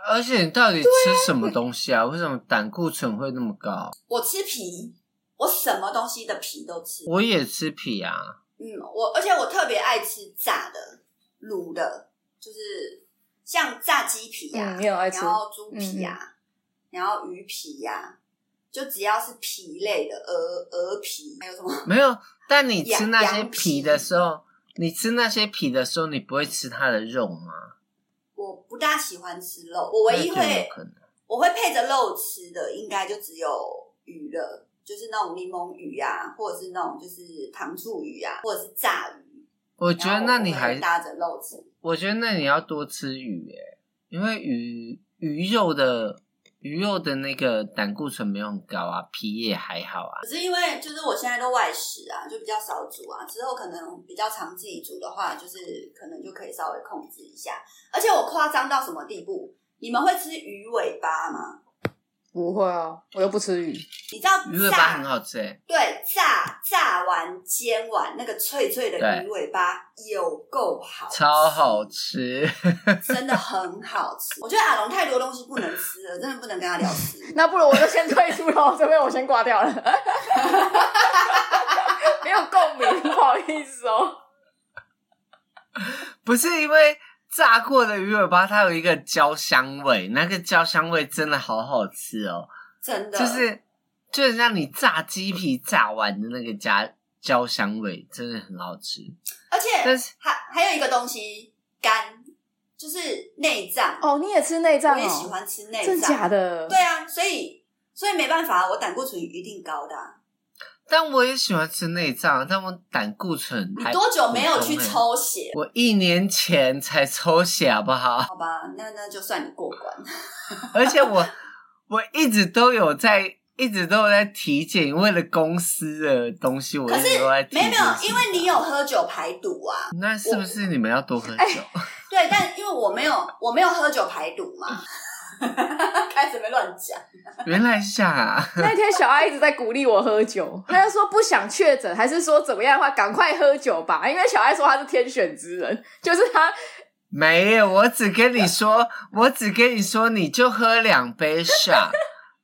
S3: 而且你
S2: 啊
S3: 到底吃什么东西啊？为什么胆固醇会那么高？
S2: 我吃皮，我什么东西的皮都吃。
S3: 我也吃皮啊，
S2: 嗯，我而且我特别爱吃炸的、卤的，就是像炸鸡皮呀、
S1: 嗯你很爱吃嗯
S2: 然后猪皮呀、然后鱼皮呀、就只要是皮类的，鹅鹅皮，还有什么？
S3: 没有。但你
S2: 羊
S3: 吃那些
S2: 羊皮
S3: 皮的时候，你吃那些皮的时候，你不会吃它的肉吗？
S2: 我不大喜欢吃肉，我唯一
S3: 那就有
S2: 会
S3: 可能。
S2: 我会配着肉吃的，应该就只有鱼了，就是那种柠檬鱼呀、或者是那种就是糖醋鱼呀、或者是炸鱼。
S3: 我觉
S2: 然
S3: 得
S2: 后
S3: 那
S2: 我
S3: 你
S2: 会
S3: 还，
S2: 搭着肉吃，
S3: 我觉得那你要多吃鱼诶、因为鱼鱼肉的鱼肉的那个胆固醇没有很高啊，皮也还好啊。
S2: 可是因为就是我现在都外食啊，就比较少煮啊，之后可能比较常自己煮的话，就是可能就可以稍微控制一下。而且我夸张到什么地步？你们会吃鱼尾巴吗？
S1: 不会啊，我又不吃鱼。
S2: 你知道
S3: 鱼尾巴很
S2: 炸
S3: 好吃欸诶、
S2: 对炸炸完煎完那个脆脆的
S3: 对
S2: 鱼尾巴有够好，
S3: 超，好吃。
S2: 真的很好吃。我觉得阿龙太多东西不能吃了，真的不能跟他聊 吃。
S1: 那不如我就先退出了，这边我先挂掉了。 没有共鸣，不好意思哦。
S3: 不是因为炸过的鱼尾巴，它有一个焦香味，那个焦香味真的好好吃哦，
S2: 真的
S3: 就是就是像你炸鸡皮炸完的那个加焦香味，真的很好吃。
S2: 而且
S3: 但是
S2: 还还有一个东西肝，就是内脏。
S1: 哦，你也吃内脏
S2: 我也喜
S1: 哦？
S2: 欢吃内
S1: 真假
S2: 脏。
S1: 的？
S2: 对啊，所以所以没办法，我胆固醇一定高的啊、
S3: 但我也喜欢吃内脏，但我胆固醇
S2: 你
S3: 还
S2: 多久没有去
S3: 普通欸？
S2: 抽血？
S3: 我一年前才抽血，好不好？
S2: 好吧，那那就算你过 关。
S3: 而且我我一直都有在，一直都有在体检，为了公司的东西，我
S2: 可
S3: 一
S2: 是
S3: 直都在体
S2: 没有
S3: 检
S2: 没
S3: 什
S2: 有
S3: 么的。，
S2: 因为你有哎喝酒排毒啊。
S3: 那是不是你们要多喝酒？
S2: 对，但因为我没有，我没有喝酒排毒嘛。 开始没乱讲，
S3: 原来是这样啊！
S1: 那天小爱一直在鼓励我喝酒，她就说不想确诊，还是说怎么样的话，赶快喝酒吧。因为小爱说她是天选之人，就是她
S3: 没有，我只跟你说，我只跟你说，你就喝两杯 shot，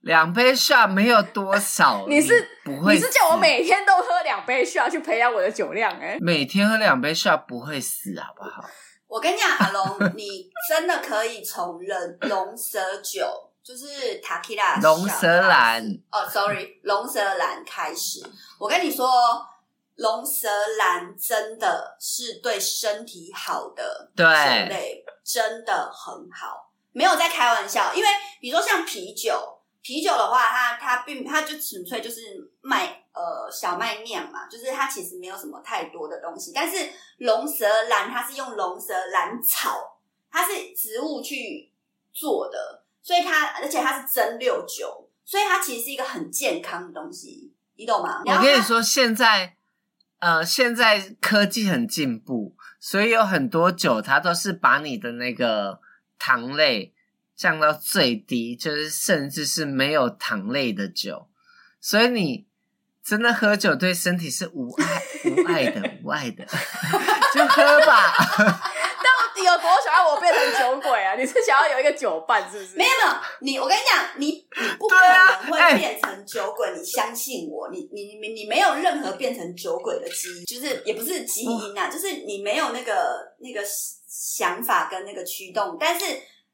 S3: 两杯 shot 没有多少，
S1: 你是
S3: 不会
S1: 你
S3: 死，
S1: 是叫我每天都喝两杯，需要去培养我的酒量、欸？哎，
S3: 每天喝两杯 shot 不会死，好不好？
S2: 我跟你讲，阿 龙，你真的可以从人龙舌酒，就是塔 q 拉
S3: 龙舌兰
S2: 哦，sorry，龙舌兰开始。我跟你说，龙舌兰真的是对身体好的
S3: 对
S2: 酒类，真的很好，没有在开玩笑。因为比如说像啤酒，啤酒的话，它它并它就纯粹就是麦呃小麦酿嘛，就是它其实没有什么太多的东西。但是龙舌兰它是用龙舌兰草，它是植物去做的，所以它而且它是蒸馏酒，所以它其实是一个很健康的东西，你懂吗？然后
S3: 我哦跟你
S2: 它
S3: 说，现在呃，现在科技很进步，所以有很多酒它都是把你的那个糖类降到最低，就是甚至是没有糖类的酒，所以你。真的喝酒对身体是无害、无碍的、 无碍的，就喝吧。
S1: 到底有多想让我变成酒鬼啊？你你是想要有一个酒伴是不是？
S2: 没有没有，你我跟你讲，你你不可
S3: 对啊
S2: 能
S3: 哎
S2: 会变成酒鬼，你相信我，你你你你没有任何变成酒鬼的基因，就是也不是基因啊，就是你没有那个那个想法跟那个驱动，但是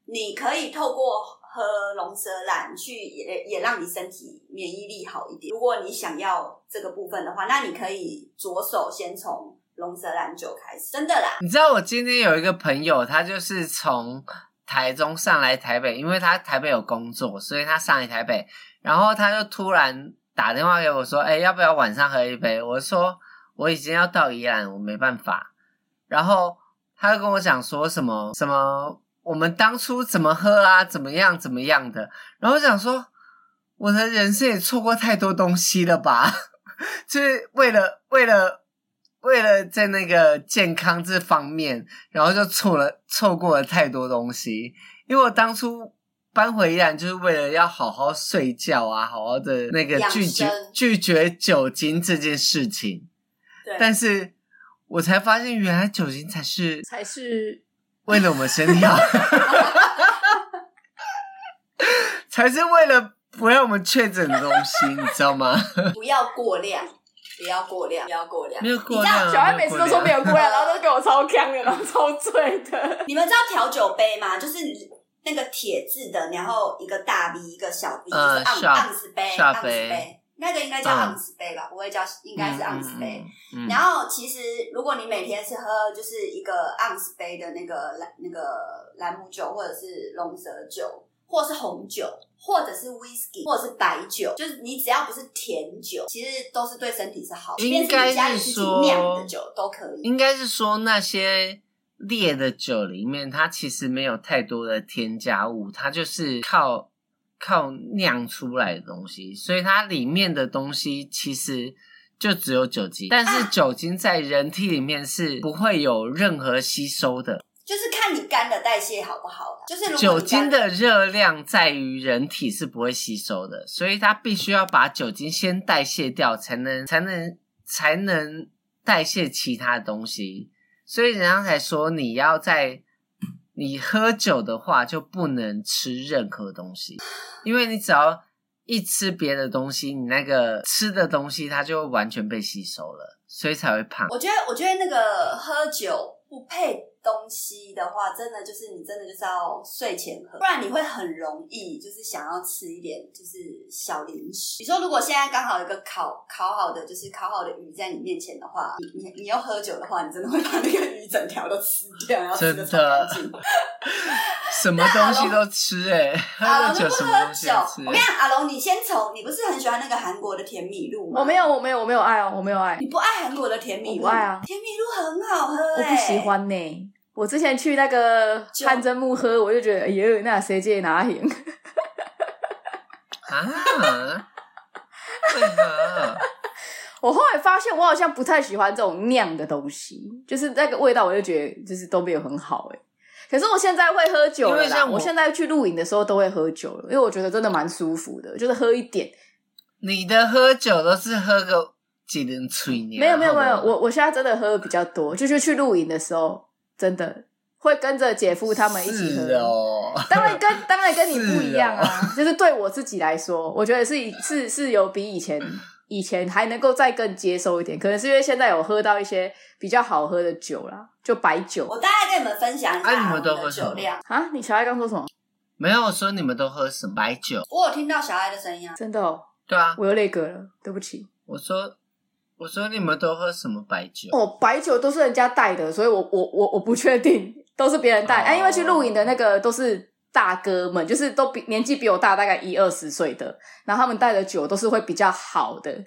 S2: 你可以透过喝龙舌兰去也也让你身体免疫力好一点。如果你想要这个部分的话，那你可以着手先从龙舌兰酒开始，真的啦，
S3: 你知道我今天有一个朋友，他就是从台中上来台北，因为他台北有工作，所以他上来台北，然后他就突然打电话给我说：“哎、要不要晚上喝一杯？”我说：“我已经要到宜兰，我没办法。”然后他就跟我讲说什么什么，我们当初怎么喝啊，怎么样怎么样的。然后我想说，我的人生也错过太多东西了吧？ 就是为了为了为了在那个健康这方面，然后就错了错过了太多东西。因为我当初搬回宜兰就是为了要好好睡觉啊，好好的那个
S2: 养
S3: 拒绝
S2: 生
S3: 拒绝酒精这件事情，
S2: 对，
S3: 但是我才发现原来酒精才是
S1: 才是
S3: 为了我们身体好， 才是为了不让我们确诊的东西，你知道吗？
S2: 不要过量，不要过量，不要过量，
S3: 没有过
S2: 你知道
S3: 量，
S1: 小安每次都说没
S3: 有
S1: 有过来，然后都给我超呛的，然后超醉的。
S2: 你们知道调酒杯吗？就是那个铁制的，然后一个大 V 一个小 V，、
S3: 呃
S2: 就是
S3: 下
S2: 盎盎司杯，
S3: 下
S2: 盎司
S3: 杯
S2: 杯，那个应该叫
S3: 嗯
S2: 盎司杯吧？不会叫，应该是盎司杯。。
S3: 嗯嗯嗯嗯
S2: 然后其实如果你每天是喝就是一个盎司杯的那个兰那个兰姆酒，或者是龙舌酒，或者是红酒，或者是 whisky，或者是白酒，就是你只要不是甜酒，其实都是对身体是好的，即便
S3: 应
S2: 是你
S3: 该
S2: 家里
S3: 是
S2: 自己
S3: 说
S2: 酿的酒都可以。
S3: 应该是说那些烈的酒里面，它其实没有太多的添加物，它就是靠靠酿出来的东西，所以它里面的东西其实就只有酒精，但是
S2: 啊
S3: 酒精在人体里面是不会有任何吸收的，
S2: 就是看你肝的代谢好不好啦就是如果
S3: 酒
S2: 你
S3: 精
S2: 肝
S3: 的热量在于人体是不会吸收的，所以它必须要把酒精先代谢掉，才能才能才能代谢其他东西。所以人家才说，你要在你喝酒的话，就不能吃任何东西，因为你只要一吃别的东西，你那个吃的东西它就完全被吸收了，所以才会胖。
S2: 我觉得，我觉得那个喝酒不配东西的话，真的就是你真的就是要睡前喝，不然你会很容易就是想要吃一点就是小零食。你说如果现在刚好有一个烤烤好的就是烤好的鱼在你面前的话，你你你要喝酒的话，你真的会把那个鱼整条都吃掉，然后吃的
S3: 真的
S2: 干净。
S3: 什么东西都吃、欸，
S2: 阿
S3: 哎，
S2: 龙
S3: 喝
S2: 就
S3: 了酒
S2: 不
S3: 什
S2: 啊喝酒，我
S3: 么东西都吃、
S2: 跟你讲，阿龙，你先从你不是很喜欢那个韩国的甜米露吗？
S1: 我没有，我没有，我没有爱哦，我没有爱，
S2: 你不爱韩国的甜米露？
S1: 我不爱啊
S2: 甜米露很好喝、
S1: 我
S2: 欸
S1: 不喜。欢呢、我之前去那个
S2: 就
S1: 汗蒸木喝，我就觉得，哎呦，那谁借哪行？
S3: 啊？为何？
S1: 我后来发现，我好像不太喜欢这种酿的东西，就是那个味道，我就觉得就是都没有很好哎、可是我现在会喝酒
S3: 因
S1: 了
S3: 为
S1: 啦，
S3: 像
S1: 我
S3: 我
S1: 现在去露营的时候都会喝酒了，因为我觉得真的蛮舒服的，就是喝一点。
S3: 你的喝酒都是喝个几轮吹牛？
S1: 没有没有
S3: 啊好不
S1: 没有，
S3: 好
S1: 我我现在真的喝比较多，就是去露营的时候，真的会跟着姐夫他们一起喝。
S3: 是哦。
S1: 当然跟当然跟你不一样啊，就是对我自己来说，我觉得是以是是有比以前以前还能够再更接受一点，可能是因为现在有喝到一些比较好喝的酒啦，就白酒
S2: 我大概跟你们分享一下
S3: 啊你们都
S2: 我
S3: 喝
S2: 的
S3: 什么
S2: 酒量。
S1: 啊。你小爱刚说什么？
S3: 没有，我说你们都喝什么白酒？
S2: 我有听到小爱的声音啊，
S1: 真的哦，
S3: 对啊，
S1: 我又泪哥了，对不起。
S3: 我说我说你们都喝什么白酒？
S1: 哦，白酒都是人家带的，所以我我我我不确定， 都是别人带。
S3: 哦
S1: 哎、因为去露营的那个都是大哥们，就是都比年纪比我大大概一二十岁的，然后他们带的酒都是会比较好的，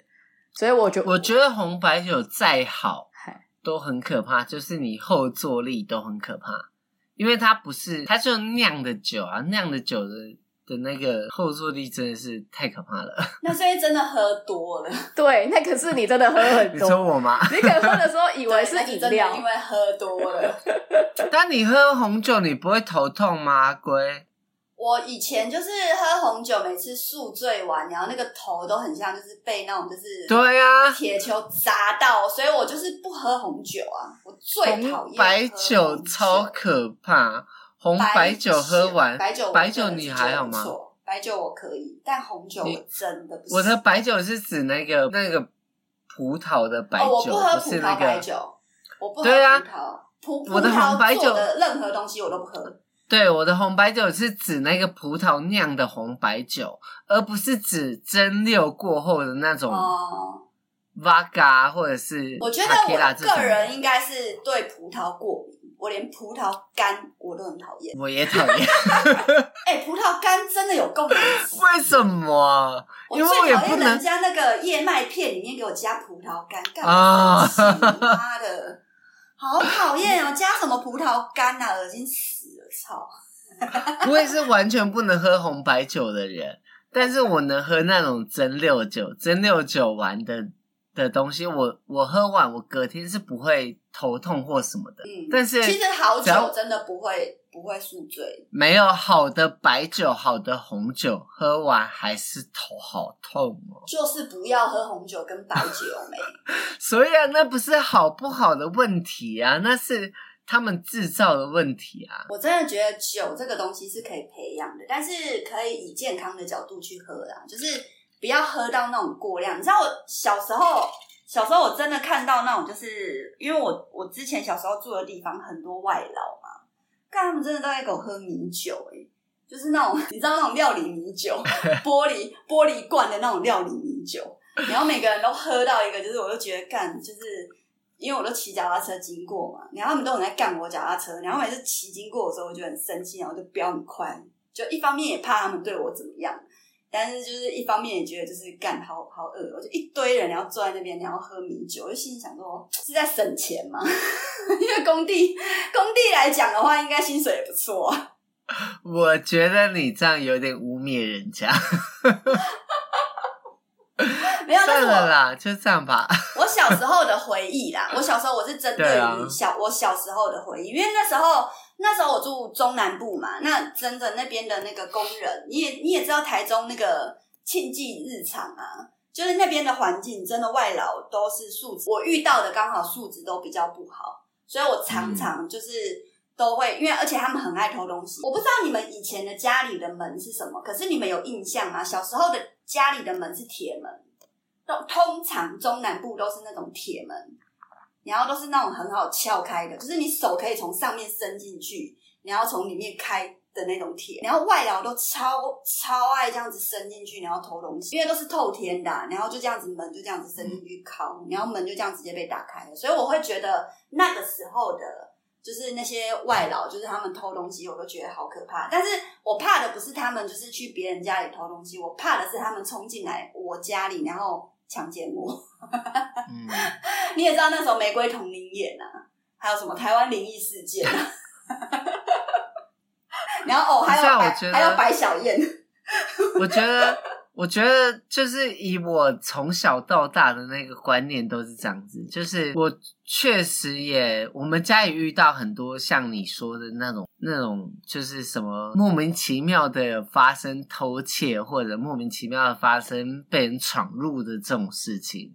S1: 所以我就
S3: 我觉得红白酒再好
S1: 嗨
S3: 都很可怕，就是你后坐力都很可怕，因为它不是，它就酿的酒啊，酿的酒的的那个后坐力真的是太可怕了。
S2: 那所以真的喝多了，
S1: 对，那可是你真的喝很
S3: 你
S1: 多，
S3: 说我吗？
S1: 你可能喝的时候 以
S2: 以
S1: 为是饮料
S2: 因，为喝多了。
S3: 但你喝红酒，你不会头痛吗？阿龟，
S2: 我以前就是喝红酒，每次宿醉完，然后那个头都很像就是被那种就是
S3: 对 啊，
S2: 铁球砸到，所以我就是不喝红酒啊，我最讨厌
S3: 红白
S2: 喝红
S3: 酒超可怕。红白酒喝完，
S2: 白酒
S3: 白酒你还好吗？？
S2: 白酒我可以，但红酒我真的不行。
S3: 我的白酒是指那个那个葡萄的白酒，
S2: 哦，我不喝葡
S3: 是那
S2: 萄白
S3: 个。
S2: 酒，我不喝葡
S3: 对啊
S2: 萄，葡葡
S3: 我的红白
S2: 萄
S3: 酒
S2: 做的任何东西我都不喝。
S3: 对，我的红白酒是指那个葡萄酿的红白酒，而不是指蒸馏过后的那种
S2: 哦，
S3: vodka 或者是
S2: 我觉得
S3: tequila
S2: 我
S3: 这种
S2: 个人应该是对葡萄过敏，我连葡萄干我都很讨厌。
S3: 我也 讨厌。
S2: 哎、葡萄干真的有够难 吃。
S3: 为什么？
S2: 我
S3: 因为我
S2: 最
S3: 也
S2: 讨
S3: 不
S2: 厌
S3: 能
S2: 人家那个燕麦片里面给我加葡萄干，干
S3: 啊
S2: 嘛生 气？妈的，好讨厌哦！加什么葡萄干啊？恶心死了！操！
S3: 我也是完全不能喝红白酒的人，但是我能喝那种蒸馏酒，蒸馏酒完的的东西，我我喝完，我隔天是不会头痛或什么的。
S2: 嗯，
S3: 但是
S2: 其实好
S3: 只要
S2: 酒真的不会不会宿醉，
S3: 没有好的白酒、好的红酒，喝完还是头好痛哦。
S2: 就是不要喝红酒跟白酒没。
S3: 所以啊，那不是好不好的问题啊，那是他们制造的问题啊。
S2: 我真的觉得酒这个东西是可以培养的，但是可以以健康的角度去喝啦，就是不要喝到那种过量。你知道我小时候，小时候我真的看到那种，就是因为我我之前小时候住的地方很多外劳嘛，看他们真的都在给我喝米酒、欸，就是那种你知道那种料理米酒，玻璃玻璃罐的那种料理米酒，然后每个人都喝到一个，就是我就觉得干就是。因为我都骑脚踏车经过嘛，然后他们都很在干我脚踏车，然后每次骑经过的时候，我就很生气，然后就飙很快，就一方面也怕他们对我怎么样，但是就是一方面也觉得就是干好好饿，我就一堆人然后坐在那边，然后喝米酒，我就心里想说是在省钱嘛， 因为工地工地来讲的话，应该薪水也不错啊、
S3: 我觉得你这样有点污蔑人家，
S2: 啊没有，但
S3: 算
S2: 是
S3: 了
S2: 我
S3: 啦，就这样 吧。
S2: 我小时候的回忆啦，我小时候我是针对
S3: 对啊
S2: 于小、我小时候的回忆，因为那时候那时候我住中南部嘛，那真的那边的那个工人，你也你也知道台中那个庆记日常啊，就是那边的环境真的外劳都是素质，我遇到的刚好素质都比较不好，所以我常常就是。都会，因为而且他们很爱偷东西。我不知道你们以前的家里的门是什么，可是你们有印象吗？小时候的家里的门是铁门，都通常中南部都是那种铁门，然后都是那种很好撬开的，就是你手可以从上面伸进去，然后从里面开的那种铁。然后外劳都超超爱这样子伸进去，然后偷东西，因为都是透天的啊、然后就这样子门就这样子伸进去敲，然后门就这样直接被打开了。所以我会觉得那个时候的。就是那些外劳，就是他们偷东西，我都觉得好可怕。但是我怕的不是他们，就是去别人家里偷东西，我怕的是他们冲进来我家里，然后强奸我。
S3: 嗯，
S2: 你也知道那时候玫瑰童林演啊，还有什么台湾灵异事件啊，然后哦，还
S3: 不是啊
S2: 有白
S3: 我觉得
S2: 还有白小燕，
S3: 我觉得，我觉得就是以我从小到大的那个观念都是这样子，就是我确实也，我们家也遇到很多像你说的那种那种，就是什么莫名其妙的发生偷窃，或者莫名其妙的发生被人闯入的这种事情，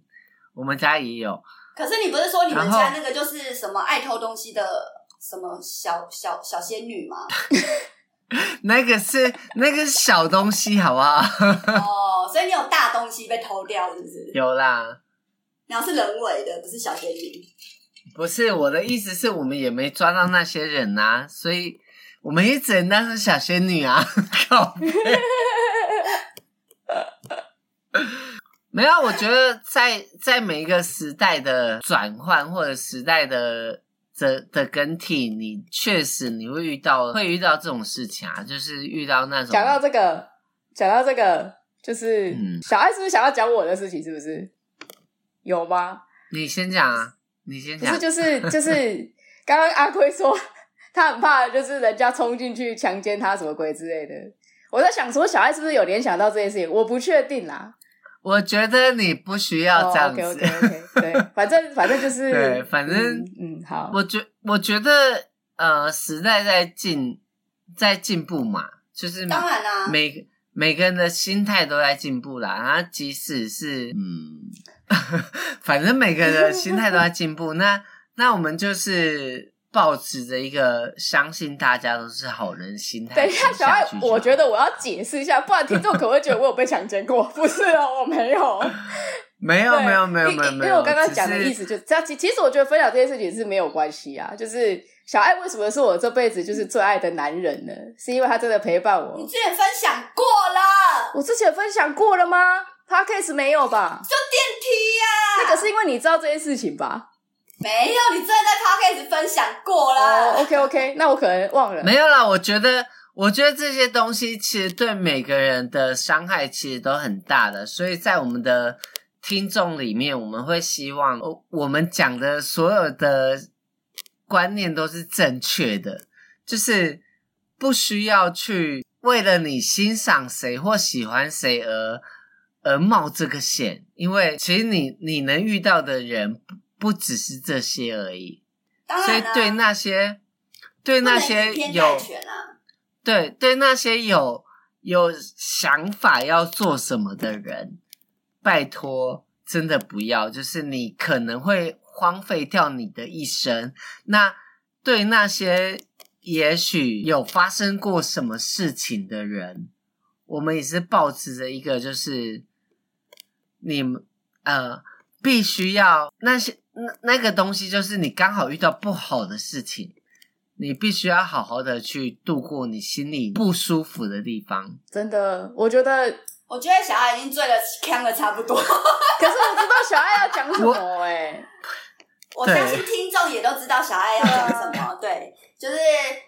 S3: 我们家也有。
S2: 可是你不是说你们
S3: 然后
S2: 家那个就是什么爱偷东西的什么小小小仙女吗？
S3: 那个是那个是小东西，好不好？
S2: 哦，所以你有大东西被偷掉是不是？
S3: 有啦，
S2: 然后是人为的，不是小仙女。
S3: 不是我的意思是我们也没抓到那些人呐、所以我们也只能当成小仙女啊， 靠背。没有，啊我觉得在在每一个时代的转换或者时代的的的更替，你确实你会遇到会遇到这种事情啊，就是遇到那种
S1: 讲到这个，讲到这个，就是、
S3: 嗯
S1: 小爱是不是想要讲我的事情？是不是有吗？
S3: 你先讲啊，你先
S1: 不
S3: 讲
S1: 是，，就是就是， 刚刚阿龟说他很怕，就是人家冲进去强奸他什么鬼之类的。我在想说，小爱是不是有联想到这件事情？我不确定啦。
S3: 我觉得你不需要
S1: 哦
S3: 这样子。
S1: ，OK OK OK，对，反正反正就是，
S3: 对反正
S1: 嗯嗯好，
S3: 我觉我觉得呃，时代在进在进步嘛，就是
S2: 当然啦、
S3: 每个每个人的心态都在进步啦。然后即使是嗯， 反正每个人的心态都在进步。那那我们就是保持着一个相信大家都是好人心态。
S1: 等一下，
S3: 吃
S1: 小爱
S3: 去，就好
S1: 我觉得我要解释一下，不然听众可能会觉得我有被强奸过。不是哦，我没有。
S3: 没有
S1: 对
S3: 没有没有
S1: 因
S3: 没有
S1: 因
S3: 没
S1: 因
S3: 有，
S1: 为我刚刚讲的
S3: 只是
S1: 意思就是，这样其其实我觉得分享这件事情是没有关系啊。就是小爱为什么是我这辈子就是最爱的男人呢？是因为他真的陪伴我
S2: 你。之前分享过了，
S1: 我之前分享过了吗 p o d c a s 没有吧？
S2: 就电梯呀、
S1: 那个是因为你知道这件事情吧？
S2: 没有，你真的在 podcast 分享过了。
S1: 哦，OK OK，那我可能忘 了。
S3: 没有啦。我觉得，我觉得这些东西其实对每个人的伤害其实都很大的，所以在我们的听众里面，我们会希望我我们讲的所有的观念都是正确的，就是不需要去为了你欣赏谁或喜欢谁而而冒这个险，因为其实你你能遇到的人不不只是这些而已。
S2: 当
S3: 所
S2: 然
S3: 以
S2: 啦、
S3: 对那些对那些
S2: 不能以偏概
S3: 有
S2: 全啊，
S3: 对对那些有有想法要做什么的人，拜托，真的不要，就是你可能会荒废掉你的一生。那对那些也许有发生过什么事情的人，我们也是保持着一个，就是你们呃，必须要那些那那个东西，就是你刚好遇到不好的事情，你必须要好好的去度过你心里不舒服的地方。
S1: 真的，我觉得，
S2: 我觉得小爱已经醉了，呛的差不 多。
S1: 可是我知道小爱要讲什么哎、
S2: 我
S3: 对
S2: 相信听众也都知道小爱要讲什 么，对，就是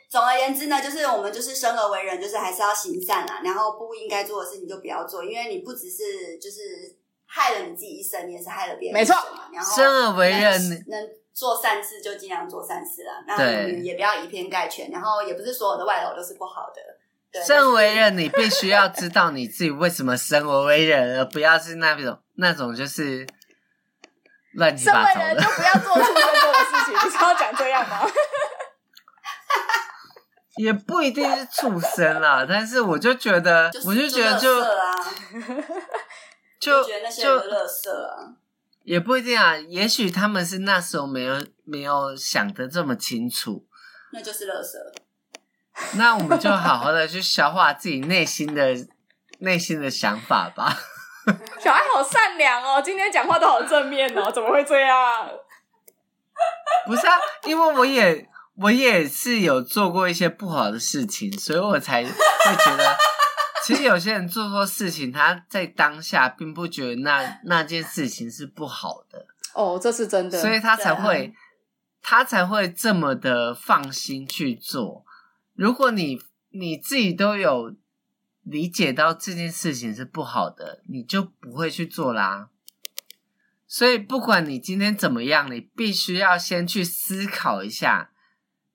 S2: 总而言之呢，就是我们就是生而为人，就是还是要行善啦，然后不应该做的事情就不要做，因为你不只是就是害了你自己一生，你也是害了别人一生嘛。然后
S3: 生而为人
S2: 能，能做善事就尽量做善事啦，那
S3: 对
S2: 我们也不要以偏概全，然后也不是所有的外劳都是不好的，对，
S3: 生而为人，你必须要知道你自己为什么生而为人，而不要是那种那种就是乱七
S1: 身
S3: 八
S1: 为
S3: 糟
S1: 人
S3: 的
S1: 就。不要做畜生做的事情，你是要讲这样 吗？
S3: 也不一定是畜生啦，但是我就觉得，
S2: 就是
S3: 我就觉得
S2: 垃圾啊，
S3: 就
S2: 就觉得那些
S3: 就
S2: 人乐色啊，
S3: 也不一定啊，也许他们是那时候没有没有想的这么清楚，
S2: 那就是啊乐色。
S3: 那我们就好好的去消化自己内心的 内心的想法吧。
S1: 小爱好善良哦，今天讲话都好正面哦，怎么会这样？
S3: 不是啊，因为我也我也是有做过一些不好的事情，所以我才会觉得，其实有些人做错事情，他在当下并不觉得那那件事情是不好的。
S1: 哦，这是真的。
S3: 所以他才
S2: 对
S3: 会他才会这么的放心去做。如果你你自己都有理解到这件事情是不好的，你就不会去做啦。所以不管你今天怎么样，你必须要先去思考一下，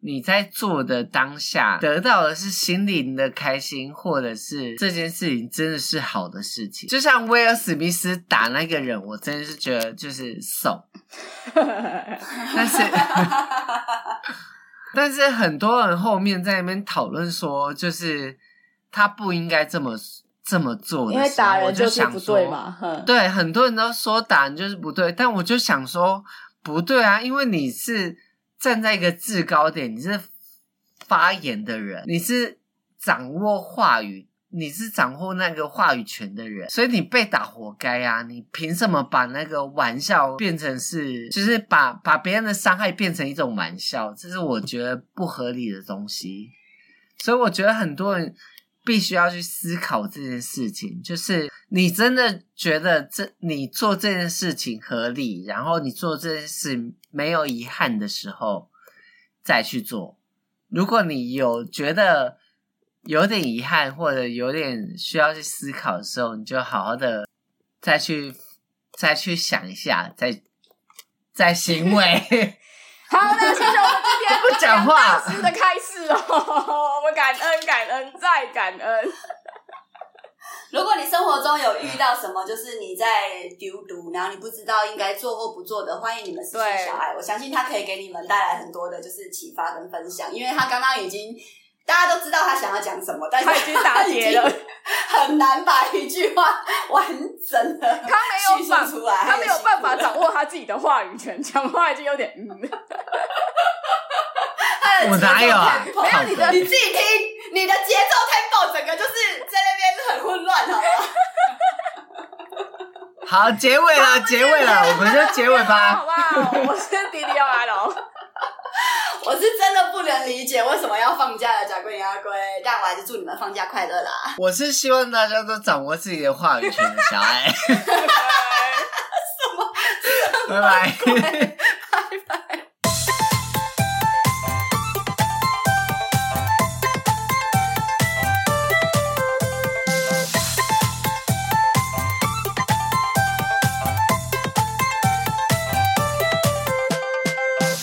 S3: 你在做的当下得到的是心灵的开心，或者是这件事情真的是好的事情。就像威尔史密斯打那个人，我真的是觉得就是怂。 但是， 但是很多人后面在那边讨论说，就是他不应该这么这么做的时
S1: 因
S3: 候，
S1: 为打人
S3: 我就
S1: 就是
S3: 想
S1: 不
S3: 说
S1: 对嘛，哼，
S3: 对，很多人都说打人就是不对，但我就想说不对啊，因为你是站在一个制高点，你是发言的人，你是掌握话语，你是掌握那个话语权的人，所以你被打活该啊！你凭什么把那个玩笑变成是，就是把把别人的伤害变成一种玩笑？这是我觉得不合理的东西。所以我觉得很多人必须要去思考这件事情，就是你真的觉得这你做这件事情合理，然后你做这件事没有遗憾的时候再去做。如果你有觉得有点遗憾或者有点需要去思考的时候，你就好好的再去再去想一下，再再行为，
S1: 好的，谢谢我们今天
S3: 不讲话。
S1: 大师的开始哦，我们感恩感恩再感恩。
S2: 如果你生活中有遇到什么，就是你在丢毒，然后你不知道应该做或不做的，欢迎你们私信
S1: 对
S2: 小爱，我相信他可以给你们带来很多的，就是启发跟分享，因为他刚刚已经。大家都知道他想要讲什么，但是
S1: 他已经打结了，
S2: 很难把一句话完整的
S1: 他没有办
S2: 叙述出来，
S1: 他没有办法
S2: 找。
S1: 掌 握他自己的话语权，讲话已经有点嗯。
S2: 他的
S3: 我哪有啊
S2: 节奏 tempo
S1: 没有你的
S3: 好
S2: 你自己听，你的节奏 tempo 整个就是在那边很混乱，好吗？
S3: 好，结尾了，结尾了，我们就结尾
S1: 好
S3: 吧。
S1: 吧，我是迪迪要来了哦，
S2: 我是真的不能理解为什么要放假的假龟牙龟，但我还是祝你们放假快乐啦！
S3: 我是希望大家都掌握自己的话语权的小爱，拜拜。